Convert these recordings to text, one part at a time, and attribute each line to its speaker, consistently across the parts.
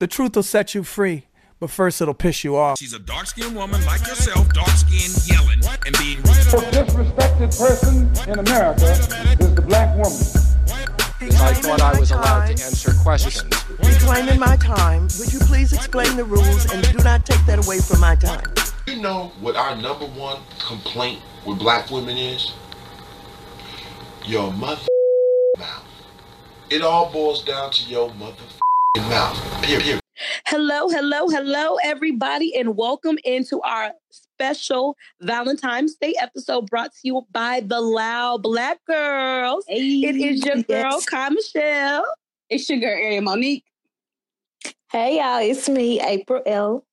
Speaker 1: The truth will set you free, but first it'll piss you off.
Speaker 2: She's a dark skinned woman like yourself, dark skinned, yelling, and being
Speaker 3: most disrespected person in America is the black woman.
Speaker 4: I thought I was allowed to answer questions.
Speaker 5: Reclaiming my time, would you please explain the rules and do not take that away from my time?
Speaker 6: You know what our number one complaint with black women is? Your mother mouth. It all boils down to your mother mouth. Period.
Speaker 7: Hello, hello, hello, everybody, and welcome into our special Valentine's Day episode brought to you by The Loud Black Girls. It is your girl, Kai Michelle.
Speaker 8: It's your girl Ariel Monique.
Speaker 9: Hey y'all, it's me, April L.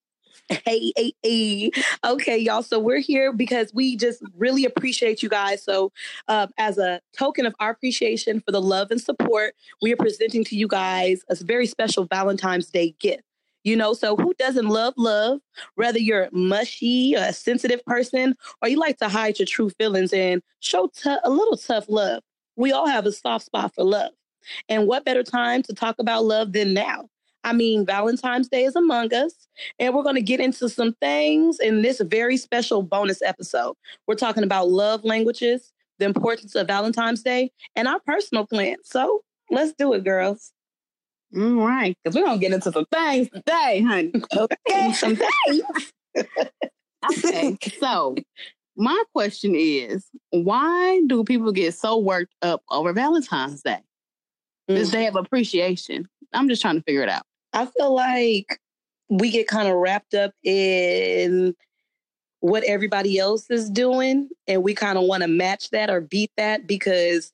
Speaker 7: Hey, hey, hey. Okay, y'all. So we're here because we just really appreciate you guys. So, uh, as a token of our appreciation for the love and support, we are presenting to you guys a very special Valentine's Day gift. You know, so who doesn't love love? Whether you're mushy, or a sensitive person, or you like to hide your true feelings and show tou- a little tough love, we all have a soft spot for love. And what better time to talk about love than now? I mean, Valentine's Day is among us. And we're going to get into some things in this very special bonus episode. We're talking about love languages, the importance of Valentine's Day, and our personal plans. So let's do it, girls.
Speaker 8: All right, because we're gonna get into some things today, honey.
Speaker 7: Okay. some things.
Speaker 8: Okay. so my question is, why do people get so worked up over Valentine's Day?
Speaker 7: Mm-hmm.
Speaker 8: This day of appreciation. I'm just trying to figure it out.
Speaker 7: I feel like we get kind of wrapped up in what everybody else is doing and we kind of want to match that or beat that because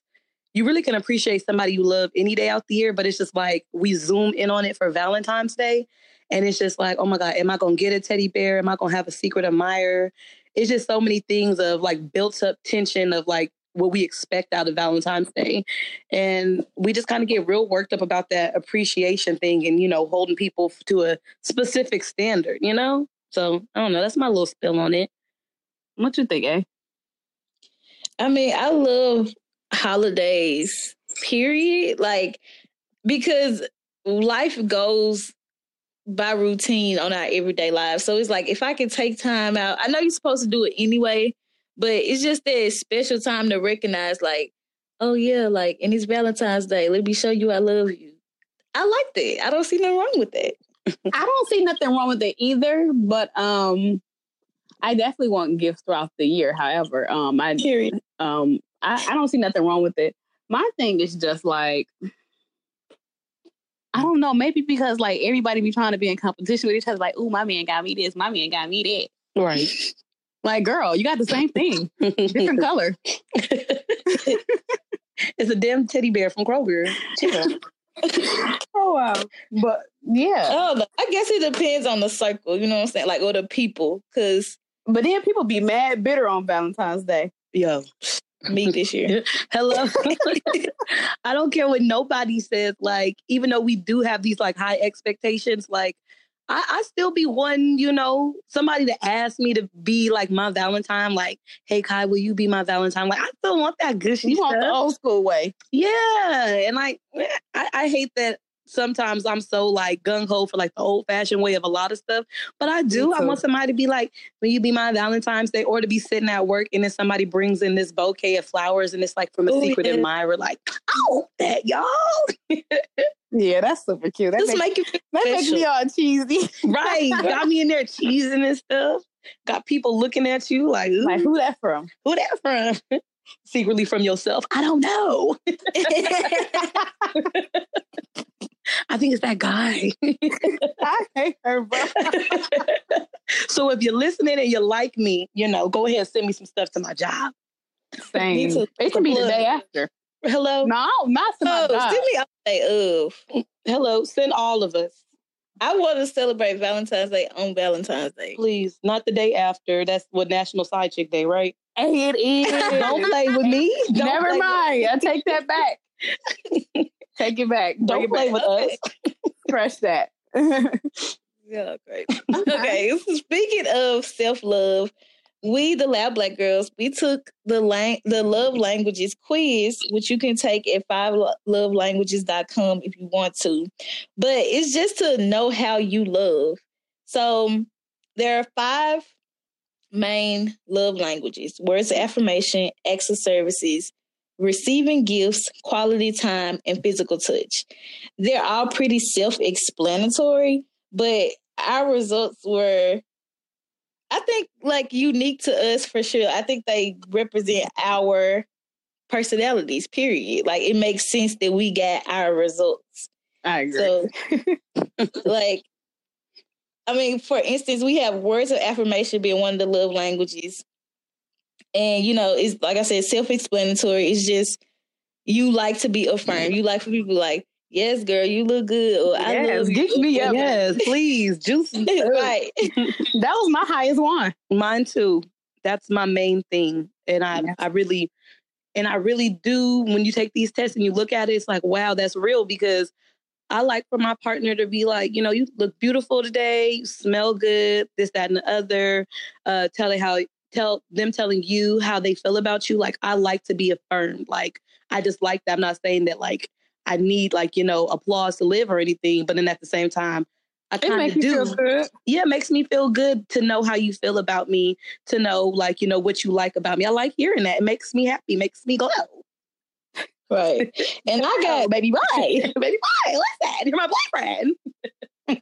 Speaker 7: you really can appreciate somebody you love any day out the year but it's just like we zoom in on it for valentine's day and it's just like oh my god am i gonna get a teddy bear am i gonna have a secret admirer it's just so many things of like built up tension of like what we expect out of valentine's day and we just kind of get real worked up about that appreciation thing and you know holding people f- to a specific standard you know so i don't know that's my little spill on it
Speaker 8: What you think, eh?
Speaker 9: I mean, I love holidays, period. Like, because life goes by routine on our everyday lives. So it's like if I can take time out, I know you're supposed to do it anyway, but it's just that special time to recognize, like, oh yeah, like, and it's Valentine's Day. Let me show you I love you. I like that. I don't see nothing wrong with that.
Speaker 8: I don't see nothing wrong with it either, but um I definitely want gifts throughout the year. However, um I
Speaker 9: Period.
Speaker 8: um I, I don't see nothing wrong with it. My thing is just like I don't know, maybe because like everybody be trying to be in competition with each other, like, ooh, my man got me this, my man got me that.
Speaker 7: right
Speaker 8: Like, girl, you got the same thing, different color.
Speaker 7: it's a damn teddy bear from kroger Chill out.
Speaker 8: Oh wow. But yeah.
Speaker 9: Oh, no. I guess it depends on the circle, you know what I'm saying? Like, or the people, because
Speaker 8: But then people be mad bitter on Valentine's Day.
Speaker 7: yo
Speaker 9: me this year.
Speaker 7: Hello. I don't care what nobody says. Like, even though we do have these like high expectations, like I, I still be one, you know, somebody to ask me to be like my Valentine. Like, hey Kai, will you be my Valentine? Like, I still want that gushy
Speaker 8: You want the
Speaker 7: stuff.
Speaker 8: old school way.
Speaker 7: Yeah. And like I, I hate that sometimes I'm so like gung ho for like the old fashioned way of a lot of stuff. But I do. I
Speaker 8: too.
Speaker 7: want somebody to be like, will you be my Valentine's Day? Or to be sitting at work and then somebody brings in this bouquet of flowers and it's like from a
Speaker 8: Oh,
Speaker 9: Ooh,
Speaker 7: secret
Speaker 9: yeah.
Speaker 7: admirer, like, I want that, y'all.
Speaker 8: Yeah, that's super cute. That
Speaker 9: Just
Speaker 8: makes
Speaker 9: make it
Speaker 8: that makes
Speaker 9: special.
Speaker 8: me all cheesy.
Speaker 7: right. Got me in there cheesing and stuff. Got people looking at you like, "Ooh,
Speaker 8: like who that from?
Speaker 7: who that from? Secretly from yourself. I don't know. I think it's that guy.
Speaker 8: I hate her, bro.
Speaker 7: so if you're listening and you like me, you know, go ahead and send me some stuff to my job.
Speaker 8: Same.
Speaker 9: Me too.
Speaker 8: It can be the
Speaker 9: Look.
Speaker 8: day after.
Speaker 7: Hello,
Speaker 8: No, not to
Speaker 9: Oh,
Speaker 8: my job.
Speaker 9: send me all day of.
Speaker 7: hello, send all of us,
Speaker 9: I want to celebrate Valentine's Day on Valentine's Day.
Speaker 7: please. Not the day after. That's what National Side Chick Day, right?
Speaker 8: Hey, it
Speaker 7: Don't play with me. Don't
Speaker 8: Never
Speaker 7: play
Speaker 8: mind. I take that back. take it back.
Speaker 7: With,
Speaker 8: Bring
Speaker 7: don't
Speaker 8: it
Speaker 7: play
Speaker 8: back.
Speaker 7: with us.
Speaker 8: Fresh that.
Speaker 9: Yeah, great. okay, so speaking of self love, we the lab black girls we took the lang- the love languages quiz which you can take at five love languages.com if you want to but it's just to know how you love so there are five main love languages words of affirmation acts of services receiving gifts quality time and physical touch they're all pretty self-explanatory but our results were I think like unique to us for sure. I think they represent our personalities, period. Like it makes sense that we got our results.
Speaker 8: I agree.
Speaker 9: So like I mean, for instance, we have words of affirmation being one of the love languages. And you know, it's like I said, self-explanatory. It's just you like to be affirmed. You like for people like, yes, girl, you look good. Or I
Speaker 8: yes,
Speaker 9: love you.
Speaker 8: give me up.
Speaker 7: Yes, please, juice. me up.
Speaker 9: right.
Speaker 8: That was my highest one.
Speaker 7: mine too that's my main thing and i
Speaker 8: Yes.
Speaker 7: i really and i really do when you take these tests and you look at it it's like wow that's real because i like for my partner to be like you know you look beautiful today you smell good this that and the other uh telling how tell them telling you how they feel about you like i like to be affirmed like i just like that i'm not saying that like i need like you know applause to live or anything but then at the same time i
Speaker 8: It
Speaker 7: kind
Speaker 8: makes
Speaker 7: of
Speaker 8: you
Speaker 7: do
Speaker 8: feel good.
Speaker 7: yeah, it makes me feel good to know how you feel about me, to know like, you know, what you like about me. I like hearing that. It makes me happy, makes me glow.
Speaker 9: Right. And I got
Speaker 7: baby boy. baby boy, listen, you're my boyfriend.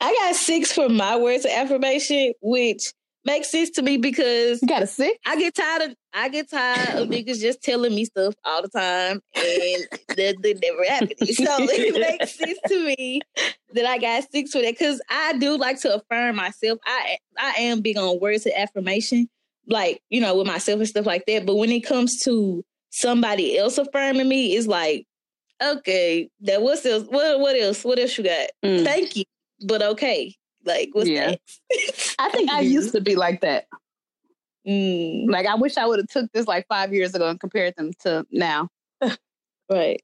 Speaker 9: I got six for my words of affirmation, which makes sense to me because
Speaker 8: You got a sick.
Speaker 9: I get tired of I get tired of niggas just telling me stuff all the time and that that never happened. So it makes sense to me that I got six for that because I do like to affirm myself. I I am big on words of affirmation, like you know, with myself and stuff like that. But when it comes to somebody else affirming me, it's like, okay, that what's else? What what else? What else you got?
Speaker 7: Mm.
Speaker 9: Thank you, but okay. Like what's
Speaker 8: Yeah.
Speaker 9: that?
Speaker 8: I think I
Speaker 9: Mhm.
Speaker 8: used to be like that.
Speaker 9: Mm,
Speaker 8: Like I wish I would have took this like five years ago and compared them to now.
Speaker 9: right.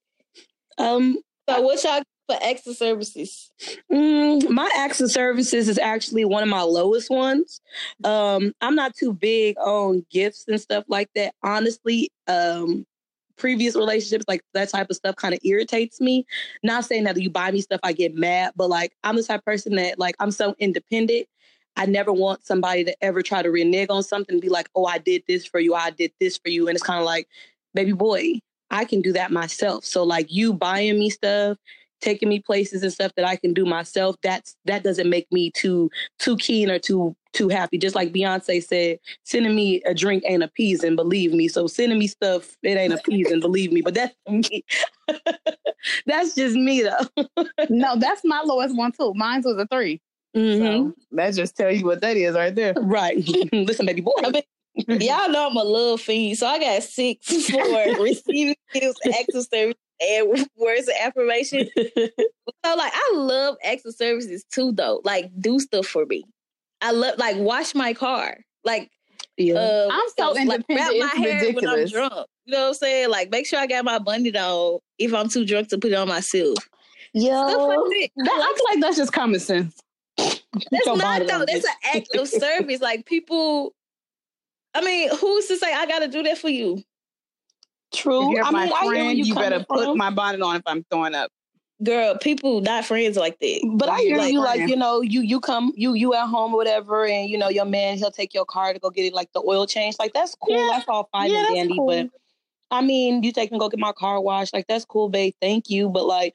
Speaker 7: Um,
Speaker 9: So what y'all for extra services?
Speaker 7: Mm, my acts of services is actually one of my lowest ones. Um, I'm not too big on gifts and stuff like that. Honestly, um, previous relationships, like that type of stuff, kind of irritates me. Not saying that you buy me stuff, I get mad, but like I'm the type of person that like I'm so independent. I never want somebody to ever try to renege on something and be like, oh, I did this for you, I did this for you. And it's kind of like, baby boy, I can do that myself. So, like, you buying me stuff, taking me places and stuff that I can do myself, that's that doesn't make me too too keen or too too happy. Just like Beyonce said, sending me a drink ain't appeasing, believe me. So sending me stuff, it ain't appeasing, believe me. But that's me. that's just me though.
Speaker 8: no, that's my lowest one too. Mine was a three.
Speaker 7: Mhm.
Speaker 8: So that just tells you what that is right there.
Speaker 7: Right. Listen, baby boy.
Speaker 9: I mean, Y'all know I'm a love fiend, so I got six for receiving gifts, acts of service, and words of affirmation. So like I love acts of services too, though. Like do stuff for me. I love like wash my car. Like
Speaker 7: yeah.
Speaker 9: uh,
Speaker 8: I'm so
Speaker 9: like, wrap
Speaker 8: independent,
Speaker 9: my
Speaker 8: it's
Speaker 9: hair
Speaker 8: ridiculous.
Speaker 9: when I'm drunk. You know what I'm saying? Like make sure I got my bundle on if I'm too drunk to put it on myself. Stuff like that.
Speaker 8: That, I feel like that's just common sense.
Speaker 9: That's
Speaker 7: Your
Speaker 9: not
Speaker 7: body
Speaker 9: though.
Speaker 7: language.
Speaker 9: That's an act of service. Like people, I mean, who's to say I got to do that for you,
Speaker 7: True.
Speaker 8: If you're
Speaker 7: I
Speaker 8: my
Speaker 7: mean, I hear where
Speaker 8: friend,
Speaker 7: you,
Speaker 8: you,
Speaker 7: coming
Speaker 8: better put
Speaker 7: from.
Speaker 8: my bonnet on if I'm throwing up.
Speaker 9: girl? People not friends like that.
Speaker 7: But I hear
Speaker 9: Like,
Speaker 7: you like
Speaker 8: friend.
Speaker 7: you know you you come you you at home or whatever and you know your man he'll take your car to go get it like the oil change like that's cool
Speaker 8: Yeah.
Speaker 7: that's all fine
Speaker 8: Yeah,
Speaker 7: and
Speaker 8: that's
Speaker 7: dandy
Speaker 8: cool.
Speaker 7: but I mean you take and go get my car washed like that's cool babe thank you but like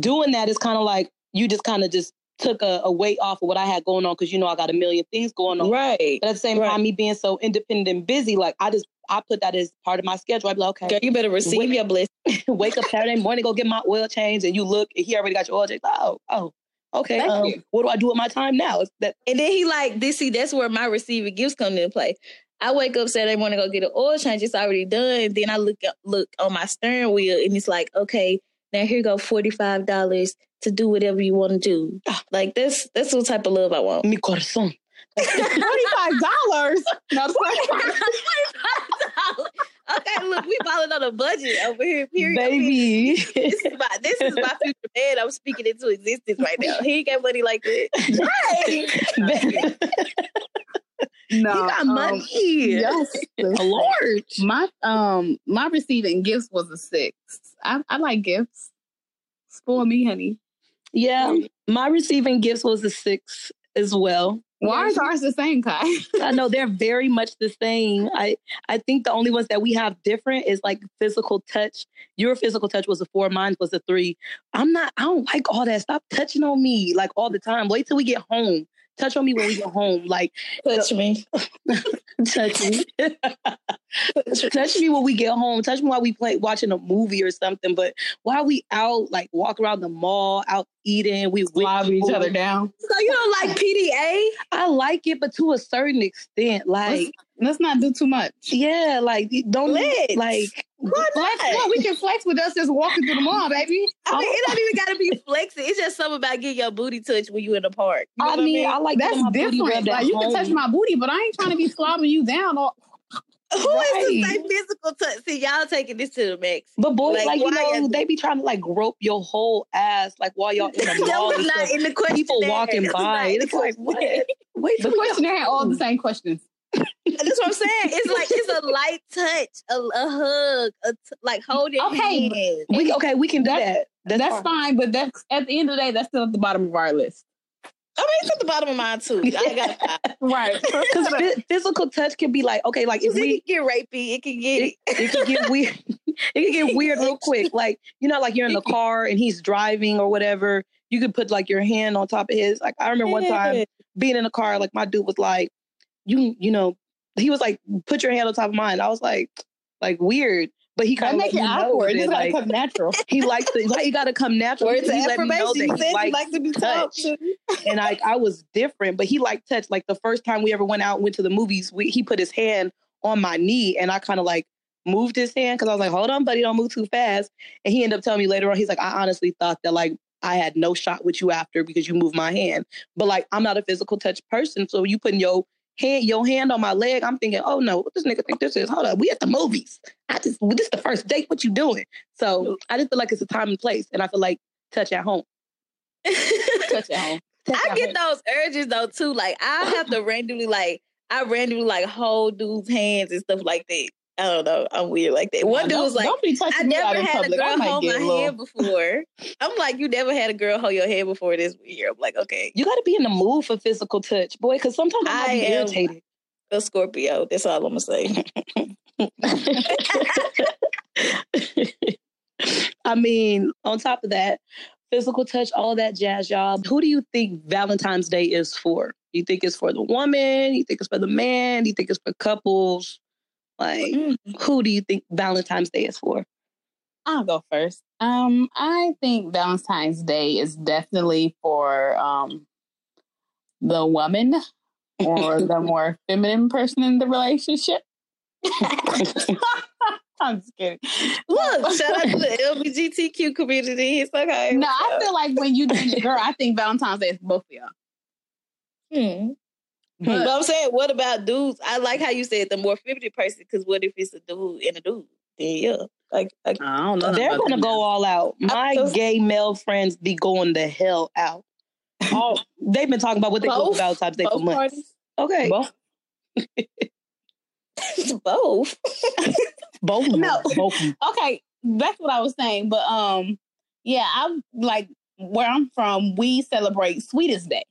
Speaker 7: doing that is kind of like you just kind of just took a, a weight off of what I had going on because you know I got a million things going on
Speaker 9: Right,
Speaker 7: but at the same
Speaker 9: Right.
Speaker 7: time me being so independent and busy like I just I put that as part of my schedule I'd be like okay
Speaker 9: girl, you better receive
Speaker 7: Wait.
Speaker 9: your blessing.
Speaker 7: wake up Saturday morning, go get my oil change, and you look, and he already got your oil change. Oh, oh, okay.
Speaker 8: Thank
Speaker 7: um,
Speaker 8: you.
Speaker 7: What do I do with my time now? It's that
Speaker 9: And then he like this. See, that's where my receiving gifts come into play. I wake up Saturday morning, go get an oil change. It's already done. Then I look up, look on my steering wheel, and it's like, okay, now here go forty five dollars to do whatever you want to do. Ah, Like that's that's what type of love I want.
Speaker 7: mi corazón.
Speaker 8: Twenty-five dollars. No, I'm sorry.
Speaker 9: okay, look, we balling on a budget over here. Period.
Speaker 7: Baby,
Speaker 9: This is my this is my future man. I'm speaking into existence right now. He ain't got money like that.
Speaker 8: No,
Speaker 7: you got
Speaker 8: um,
Speaker 7: money.
Speaker 8: Yes,
Speaker 7: A large.
Speaker 8: my um my receiving gifts was a six. I, I like gifts. Spoil me, honey.
Speaker 7: Yeah. My receiving gifts was a six as well.
Speaker 8: Why is ours the same, Kai?
Speaker 7: I know they're very much the same. I I think the only ones that we have different is like physical touch. Your physical touch was a four, mine was a three. I'm not. I don't like all that. Stop touching on me like all the time. Wait till we get home. Touch on me when we get home. Like
Speaker 9: Touch me.
Speaker 7: touch me. touch me when we get home. Touch me while we play watching a movie or something. But while we out, like walk around the mall, out eating, we whip
Speaker 8: Lob each
Speaker 7: food.
Speaker 8: other down.
Speaker 9: So you don't like PDA?
Speaker 7: I like it, but to a certain extent, like
Speaker 8: Let's, let's not do too much.
Speaker 7: yeah, like don't e,
Speaker 9: Lit.
Speaker 7: like
Speaker 9: Why
Speaker 8: Flex,
Speaker 9: not?
Speaker 8: no, we can flex with us just walking through the mall, baby.
Speaker 9: I mean, it don't even gotta be flexing. It's just something about getting your booty touched when you in the park. You know
Speaker 7: I
Speaker 9: what
Speaker 7: mean, I like
Speaker 8: That's
Speaker 7: getting my booty
Speaker 8: different.
Speaker 7: rubbed at
Speaker 8: Like you
Speaker 7: home.
Speaker 8: can touch my booty, but I ain't trying to be slobbing you down. All,
Speaker 9: Who is to
Speaker 8: Right.
Speaker 9: say physical touch? See, y'all taking this to the max.
Speaker 7: But boys,
Speaker 9: Like,
Speaker 7: like, you
Speaker 9: why
Speaker 7: know,
Speaker 9: is-
Speaker 7: they be trying to like grope your whole ass, like while y'all in
Speaker 9: that
Speaker 7: the mall.
Speaker 9: was
Speaker 7: and
Speaker 9: not
Speaker 7: stuff.
Speaker 9: in the question.
Speaker 7: People
Speaker 9: there.
Speaker 7: walking
Speaker 9: That
Speaker 7: by.
Speaker 9: was not in the
Speaker 7: It's like, what?
Speaker 9: question.
Speaker 7: Wait,
Speaker 8: the
Speaker 7: till we get
Speaker 8: questionnaire had all
Speaker 7: home.
Speaker 8: the same questions.
Speaker 9: That's what I'm saying. It's like it's a light touch, a, a hug, a t- like holding
Speaker 8: Okay,
Speaker 9: hands.
Speaker 7: We okay, we can do that. That's,
Speaker 8: That's fine, but that's at the end of the day, that's still at the bottom of our list.
Speaker 9: I mean, it's at the bottom of mine too. I got five.
Speaker 8: Right.
Speaker 7: because physical touch can be like okay, like if
Speaker 9: it
Speaker 7: we
Speaker 9: can get rapey. It can get.
Speaker 7: it, it can get weird. It can get weird real quick. Like you know, like you're in the car and he's driving or whatever. You could put like your hand on top of his. Like I remember one time being in the car, like my dude was like, "You, you know," he was like, "Put your hand on top of mine." I was like, "Like weird," but he
Speaker 8: That
Speaker 7: kind of
Speaker 8: makes it awkward. It's gotta
Speaker 7: like,
Speaker 8: come natural.
Speaker 7: he likes to. Like, he got to come natural.
Speaker 9: Words of
Speaker 7: He let me know
Speaker 9: affirmation. You
Speaker 7: that he
Speaker 9: said you
Speaker 7: likes
Speaker 9: like to be
Speaker 7: touch.
Speaker 9: touched.
Speaker 7: and like I was different, but he like touched. Like the first time we ever went out, went to the movies, we, he put his hand on my knee, and I kind of like moved his hand because I was like, "Hold on, buddy, don't move too fast." And he ended up telling me later on, he's like, "I honestly thought that like I had no shot with you after because you moved my hand, but like I'm not a physical touch person, so you putting your hand your hand on my leg, I'm thinking, oh no, what this nigga think this is? Hold up, we at the movies. I just well, this is the first date. What you doing? So I just feel like it's a time and place, and I feel like touch at home.
Speaker 8: Touch at home.
Speaker 9: I get those urges though too. Like I have to randomly like I randomly like hold dudes' hands and stuff like that. I don't know. I'm weird like that. One dude
Speaker 8: Don't-
Speaker 9: was like,
Speaker 8: don't be touching
Speaker 9: I
Speaker 8: me out
Speaker 9: never
Speaker 8: in
Speaker 9: had a
Speaker 8: public. I
Speaker 9: girl
Speaker 8: might
Speaker 9: hold my
Speaker 8: get a little-
Speaker 9: hand before. I'm like, you never had a girl hold your hand before this year. I'm like, okay,
Speaker 7: you got to be in the mood for physical touch, boy, because sometimes I
Speaker 9: I
Speaker 7: might be
Speaker 9: am-
Speaker 7: irritated.
Speaker 9: a Scorpio. That's all I'm gonna say.
Speaker 7: I mean, on top of that, physical touch, all that jazz, y'all. Who do you think Valentine's Day is for? You think it's for the woman? You think it's for the man? You think it's for couples? Like,
Speaker 9: Mm.
Speaker 7: who do you think Valentine's Day is for?
Speaker 8: I'll go first. Um, I think Valentine's Day is definitely for um the woman or the more feminine person in the relationship. I'm just kidding.
Speaker 9: Look, shout out to the LGBTQ community. It's okay.
Speaker 8: No, I feel like when you dating a girl, I think Valentine's Day is both of y'all.
Speaker 9: Hmm.
Speaker 7: But-
Speaker 9: But I'm saying, what about dudes? I like how you said the more feminine person, because what if it's a dude and a dude? Then yeah, like, like
Speaker 8: I don't know.
Speaker 7: They're gonna go all out. My
Speaker 9: so-
Speaker 7: gay male friends be going the hell out. All they've been talking about what they do for
Speaker 9: Both-
Speaker 7: Valentine's Day for
Speaker 9: both
Speaker 7: months.
Speaker 9: parties,
Speaker 7: Okay,
Speaker 8: Both.
Speaker 9: both.
Speaker 7: both, of them.
Speaker 8: No.
Speaker 7: both of them.
Speaker 8: okay, that's what I was saying. But um, yeah, I'm like where I'm from, we celebrate Sweetest Day,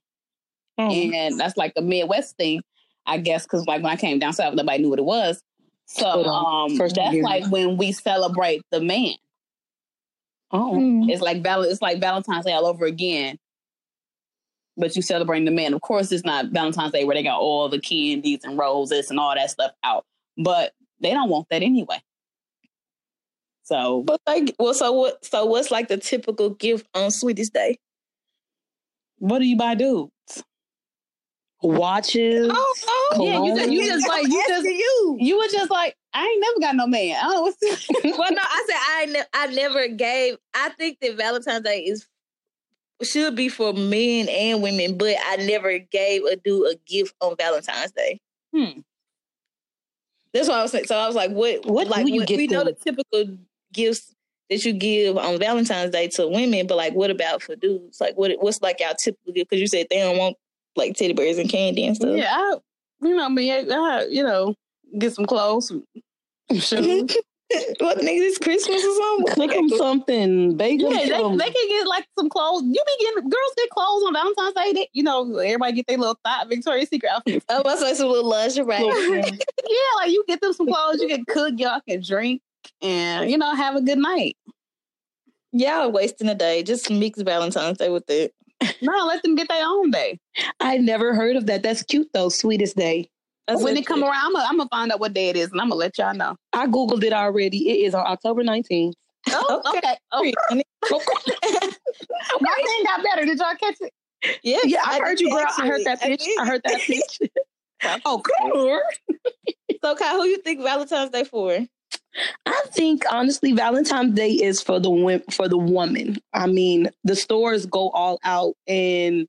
Speaker 7: Mm-hmm.
Speaker 8: and that's like a Midwest thing, I guess. Because like when I came down south, nobody knew what it was. So
Speaker 7: Hold on.
Speaker 8: um,
Speaker 7: First time
Speaker 8: that's
Speaker 7: hearing
Speaker 8: like when we celebrate the man.
Speaker 7: Oh,
Speaker 8: It's like val- it's like Valentine's Day all over again. But you celebrating the man. Of course, it's not Valentine's Day where they got all the candies and roses and all that stuff out. But they don't want that anyway. So
Speaker 9: But like, well, so what? So what's like the typical gift on Sweetest Day?
Speaker 8: what do you buy dudes?
Speaker 7: watches.
Speaker 8: Oh, yeah, you just, you
Speaker 7: cologne.
Speaker 8: just like you just
Speaker 9: you.
Speaker 8: you were just like I ain't never got no man. I don't know what's
Speaker 9: Well, no, I said I ne- I never gave. I think that Valentine's Day is should be for men and women, but I never gave a dude a gift on Valentine's Day.
Speaker 8: Hmm.
Speaker 9: That's what I was saying. So I was like, what?
Speaker 7: What
Speaker 9: Like
Speaker 7: do you
Speaker 9: what-
Speaker 7: get
Speaker 9: we know
Speaker 7: them?
Speaker 9: the typical gifts that you give on Valentine's Day to women, but like, what about for dudes? Like, what? What's like y'all typical gift? Because you said they don't want like teddy bears and candy and stuff.
Speaker 8: yeah. I, you know, I mean, I, I, you know, get some clothes, some shoes.
Speaker 10: what nigga? This Christmas or something?
Speaker 7: Cook them something, bake
Speaker 8: yeah,
Speaker 7: them
Speaker 8: they,
Speaker 7: something.
Speaker 8: they can get like some clothes. You be getting girls get clothes on Valentine's Day. They, you know, everybody get their little thought Victoria's Secret outfits.
Speaker 9: Oh, I saw some little lingerie.
Speaker 7: Look,
Speaker 8: yeah, like you get them some clothes. You can cook, y'all can drink, and you know, have a good night.
Speaker 9: Y'all wasting a day. Just mix Valentine's Day with it.
Speaker 8: No, let them get their own day.
Speaker 7: I never heard of that. That's cute though. Sweetest day.
Speaker 9: That's
Speaker 8: when
Speaker 9: what
Speaker 8: it come around, I'm gonna find out what day it is, and I'm gonna let y'all know.
Speaker 7: I googled it already. It is on October 19th.
Speaker 8: Oh, okay. Oh, my thing got better. Did y'all catch it?
Speaker 9: yeah,
Speaker 7: Yeah, I, heard you, girl. I heard
Speaker 9: actually,
Speaker 7: that pitch.
Speaker 9: did.
Speaker 7: I heard that pitch.
Speaker 9: oh, cool. so, Kai, who you think Valentine's Day for?
Speaker 7: I think honestly, Valentine's Day is for the wom- for the woman. I mean, the stores go all out in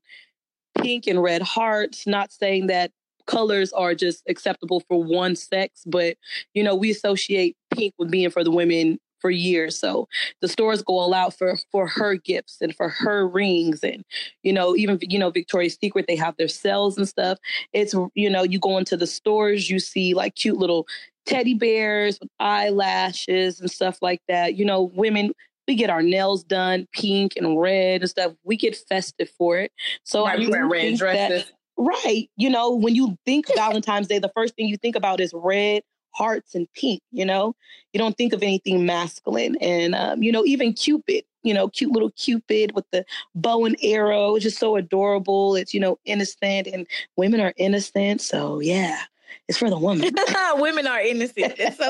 Speaker 7: pink and red hearts. Not saying that colors are just acceptable for one sex, but you know, we associate pink with being for the women for years. So the stores go all out for for her gifts and for her rings, and you know, even you know, Victoria's Secret they have their sales and stuff. It's you know, you go into the stores, you see like cute little teddy bears with eyelashes and stuff like that. You know, women, we get our nails done pink and red and stuff. We get festive for it. So I do think that- right. You know, when you think Valentine's Day, the first thing you think about is red hearts and pink. You know, you don't think of anything masculine, and um, you know, even Cupid. You know, cute little Cupid with the bow and arrow, It's just so adorable. It's you know innocent, and women are innocent, so yeah, it's for the woman.
Speaker 9: Women are innocent. That's so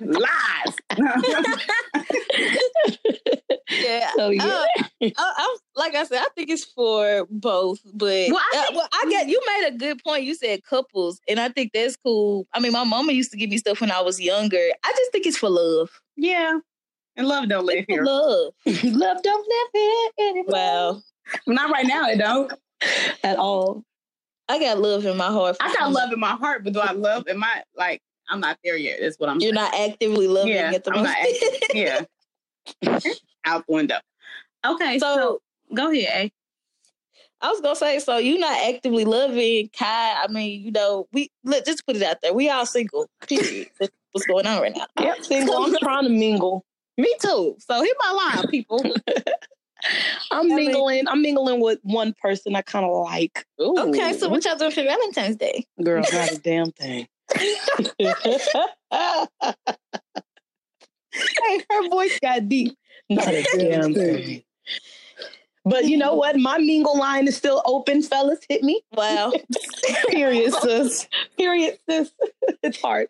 Speaker 8: Lies.
Speaker 9: yeah.
Speaker 7: So yeah.
Speaker 9: Uh, I, I'm like I said, I think it's for both, but
Speaker 8: Well, I
Speaker 9: uh,
Speaker 8: think-
Speaker 9: well, I got you made a good point. You said couples, and I think that's cool. I mean, my mama used to give me stuff when I was younger. I just think it's for love,
Speaker 8: yeah, and love don't live
Speaker 9: for
Speaker 8: here.
Speaker 9: love.
Speaker 7: Love don't live here anymore.
Speaker 9: Wow,
Speaker 8: Not right now. It don't.
Speaker 7: At all.
Speaker 9: I got love in my heart. for
Speaker 8: I got
Speaker 9: someone.
Speaker 8: love in my heart, but do I love in my like? I'm not there yet. Is what I'm.
Speaker 9: You're not actively loving
Speaker 8: Yeah,
Speaker 9: at the
Speaker 8: I'm
Speaker 9: moment.
Speaker 8: not actively- yeah. Out the window. Okay, so,
Speaker 9: so
Speaker 8: go ahead.
Speaker 9: I was gonna say, so you not actively loving Kai. I mean, you know, we let just put it out there. We all single. Period. That's What's going on right now?
Speaker 7: Yep, single. I'm trying to mingle.
Speaker 8: Me too. So hit my line, people.
Speaker 7: I'm mingling. I'm mingling with one person I kind of like. Ooh.
Speaker 9: Okay, so what y'all doing for Valentine's Day?
Speaker 7: girl, not a damn thing. not
Speaker 8: hey, her voice got deep.
Speaker 7: a damn thing. But you know what? My mingle line is still open, fellas. Hit me.
Speaker 9: Wow.
Speaker 7: Period, sis. Period, sis. It's hard.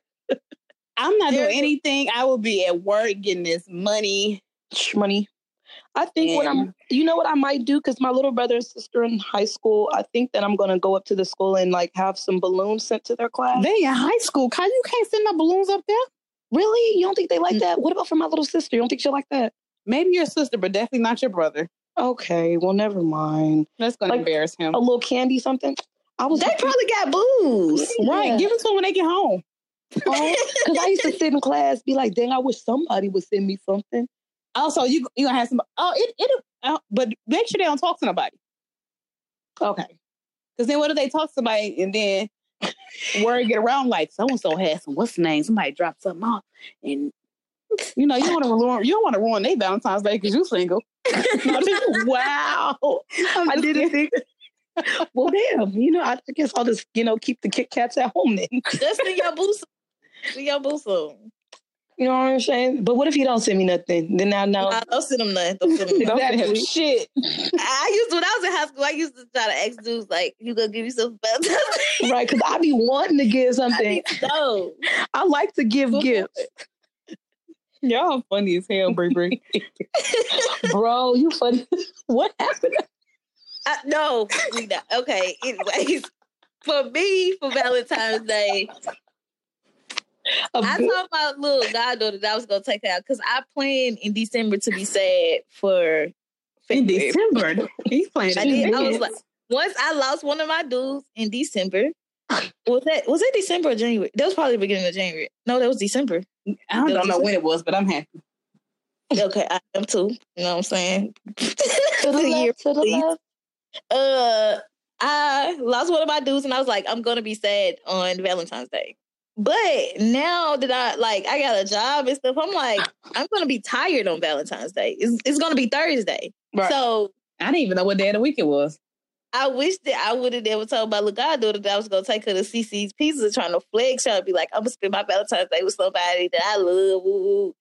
Speaker 8: I'm not
Speaker 9: There's-
Speaker 8: doing anything. I will be at work getting this money.
Speaker 7: Sh- money. I think what I'm, you know what I might do because my little brother and sister in high school. I think that I'm gonna go up to the school and like have some balloons sent to their class.
Speaker 8: They in high school. Kai, you can't send no balloons up there.
Speaker 7: really? You don't think they like that? What about for my little sister? You don't think she will like that?
Speaker 8: Maybe your sister, but definitely not your brother.
Speaker 7: Okay, well never mind.
Speaker 8: That's gonna
Speaker 7: Like-
Speaker 8: embarrass him.
Speaker 7: A little candy, something. I was
Speaker 9: They probably got booze.
Speaker 8: Right. Give it to him when they get home.
Speaker 7: because I used to sit in class, be like, dang, I wish somebody would send me something.
Speaker 8: Also, you you gonna have some. Oh, it it. Uh, but make sure they don't talk to nobody.
Speaker 7: Okay,
Speaker 8: Because then what if they talk to somebody and then word get around like so and so has some what's the name? Somebody dropped something off and you know you don't want to ruin you don't want to ruin their Valentine's Day because you single. wow,
Speaker 7: I didn't think. well, damn, you know, I guess I'll just you know keep the Kit Kats at home then.
Speaker 9: Just in your boots. In your boots. on.
Speaker 7: You know what I'm saying? But what if you don't send me nothing? Then I know.
Speaker 9: Nah,
Speaker 8: Oh.
Speaker 9: don't send them nothing. Don't send them nothing.
Speaker 8: Don't send him
Speaker 7: Exactly.
Speaker 8: shit.
Speaker 9: I used when I was in high school, I used to try to ask dudes like, "You gonna give yourself Valentine's Day?"
Speaker 7: Right, because I be wanting to give something.
Speaker 9: No,
Speaker 7: I like to give gifts.
Speaker 8: Y'all funny as hell, Brie Brie.
Speaker 7: Bro, you funny. What happened?
Speaker 9: I, no, we not. Okay, anyways, for me, for Valentine's Day,
Speaker 7: A
Speaker 9: I
Speaker 7: good-
Speaker 9: told my little goddaughter that I was gonna take her out because I plan in December to be sad for
Speaker 8: In
Speaker 9: February.
Speaker 8: December, he's playing.
Speaker 9: I did. I was like, once I lost one of my dudes in December. Was that was that December or January? That was probably the beginning of January. No, that was December.
Speaker 8: I don't, know when it was, but I'm happy.
Speaker 9: Okay, I am too. You know what I'm saying?
Speaker 7: to the
Speaker 9: year,
Speaker 7: left, to the
Speaker 9: please.
Speaker 7: left.
Speaker 9: uh, I lost one of my dudes and I was like, I'm gonna be sad on Valentine's Day. But now that I like I got a job and stuff, I'm like, I'm gonna be tired on Valentine's Day. It's, it's gonna be Thursday.
Speaker 8: Right.
Speaker 9: So
Speaker 8: I didn't even know what day of the week it was.
Speaker 9: I wish that I would have never told my little goddaughter that I was gonna take her to CC's Pizza, trying to flex, trying to be like, I'm gonna spend my Valentine's Day with somebody that I love, woo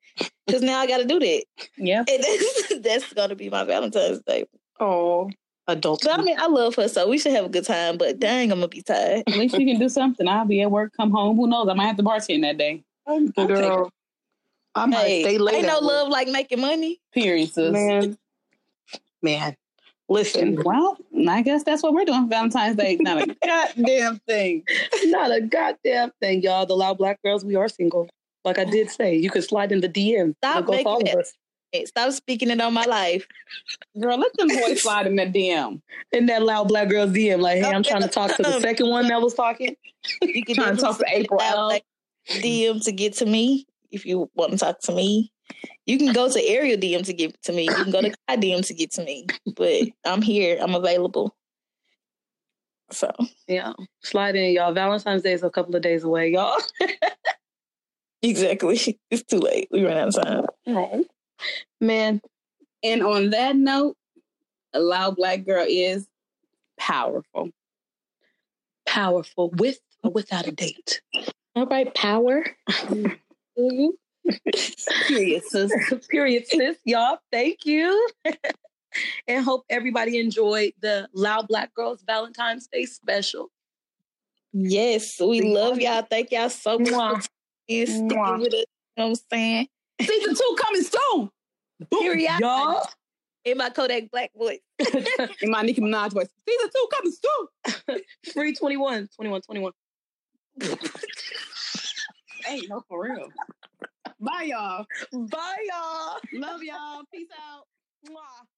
Speaker 9: because now I gotta do that.
Speaker 8: Yeah.
Speaker 9: And that's, that's gonna be my Valentine's Day.
Speaker 8: Oh, adult.
Speaker 9: But I mean, I love her, so we should have a good time. But dang, I'm gonna be tired.
Speaker 8: At least you can do something. I'll be at work, come home. Who knows? I might have to bartend that day.
Speaker 11: I'll take
Speaker 8: Girl,
Speaker 11: it.
Speaker 8: I might
Speaker 9: Hey,
Speaker 8: stay late
Speaker 9: ain't no
Speaker 8: at work.
Speaker 9: love like making money.
Speaker 8: Period, sis.
Speaker 11: Man, man. Listen,
Speaker 8: Well, I guess that's what we're doing. Valentine's Day. Not a goddamn thing.
Speaker 7: Not a goddamn thing, y'all. The loud black girls, we are single. Like I did say, you can slide in the DM.
Speaker 9: Stop
Speaker 7: We'll go for all
Speaker 9: making
Speaker 7: of
Speaker 9: it.
Speaker 7: us.
Speaker 9: Stop speaking it on my life.
Speaker 8: Girl, let them boys slide in that DM.
Speaker 7: In that loud black girl's DM, like, hey, I'm trying to talk to the
Speaker 9: Um,
Speaker 7: second one that was talking.
Speaker 9: You can
Speaker 8: Trying to talk to
Speaker 9: definitely
Speaker 8: April
Speaker 9: send out,
Speaker 8: L.
Speaker 9: like, DM to get to me if you want to talk to me. You can go to Ariel DM to get to me. You can go to Kai DM to get to me. But I'm here. I'm available. So
Speaker 7: Yeah. Slide in, y'all. Valentine's Day is a couple of days away, y'all.
Speaker 9: exactly, it's too late. We ran out of time.
Speaker 8: Man. And on that note, a loud black girl is powerful.
Speaker 7: Powerful with or without a date.
Speaker 9: All right, power.
Speaker 8: Period, sis.
Speaker 7: Mm-hmm. Period, sis, y'all. Thank you. and hope everybody enjoyed the Loud Black Girls Valentine's Day special.
Speaker 9: Yes, we love y'all. Thank y'all so much
Speaker 8: Mwah.
Speaker 9: for tuning in, sticking
Speaker 8: Mwah.
Speaker 9: with us. You know what I'm saying?
Speaker 8: Season two coming soon.
Speaker 9: Period.
Speaker 7: Y'all.
Speaker 9: In my Kodak Black voice.
Speaker 8: In my Nicki Minaj voice. Season two coming soon.
Speaker 7: Free 21, 21, 21.
Speaker 8: Hey, no, for real. Bye, y'all.
Speaker 7: Bye, y'all.
Speaker 8: Love y'all. Peace out. Mwah.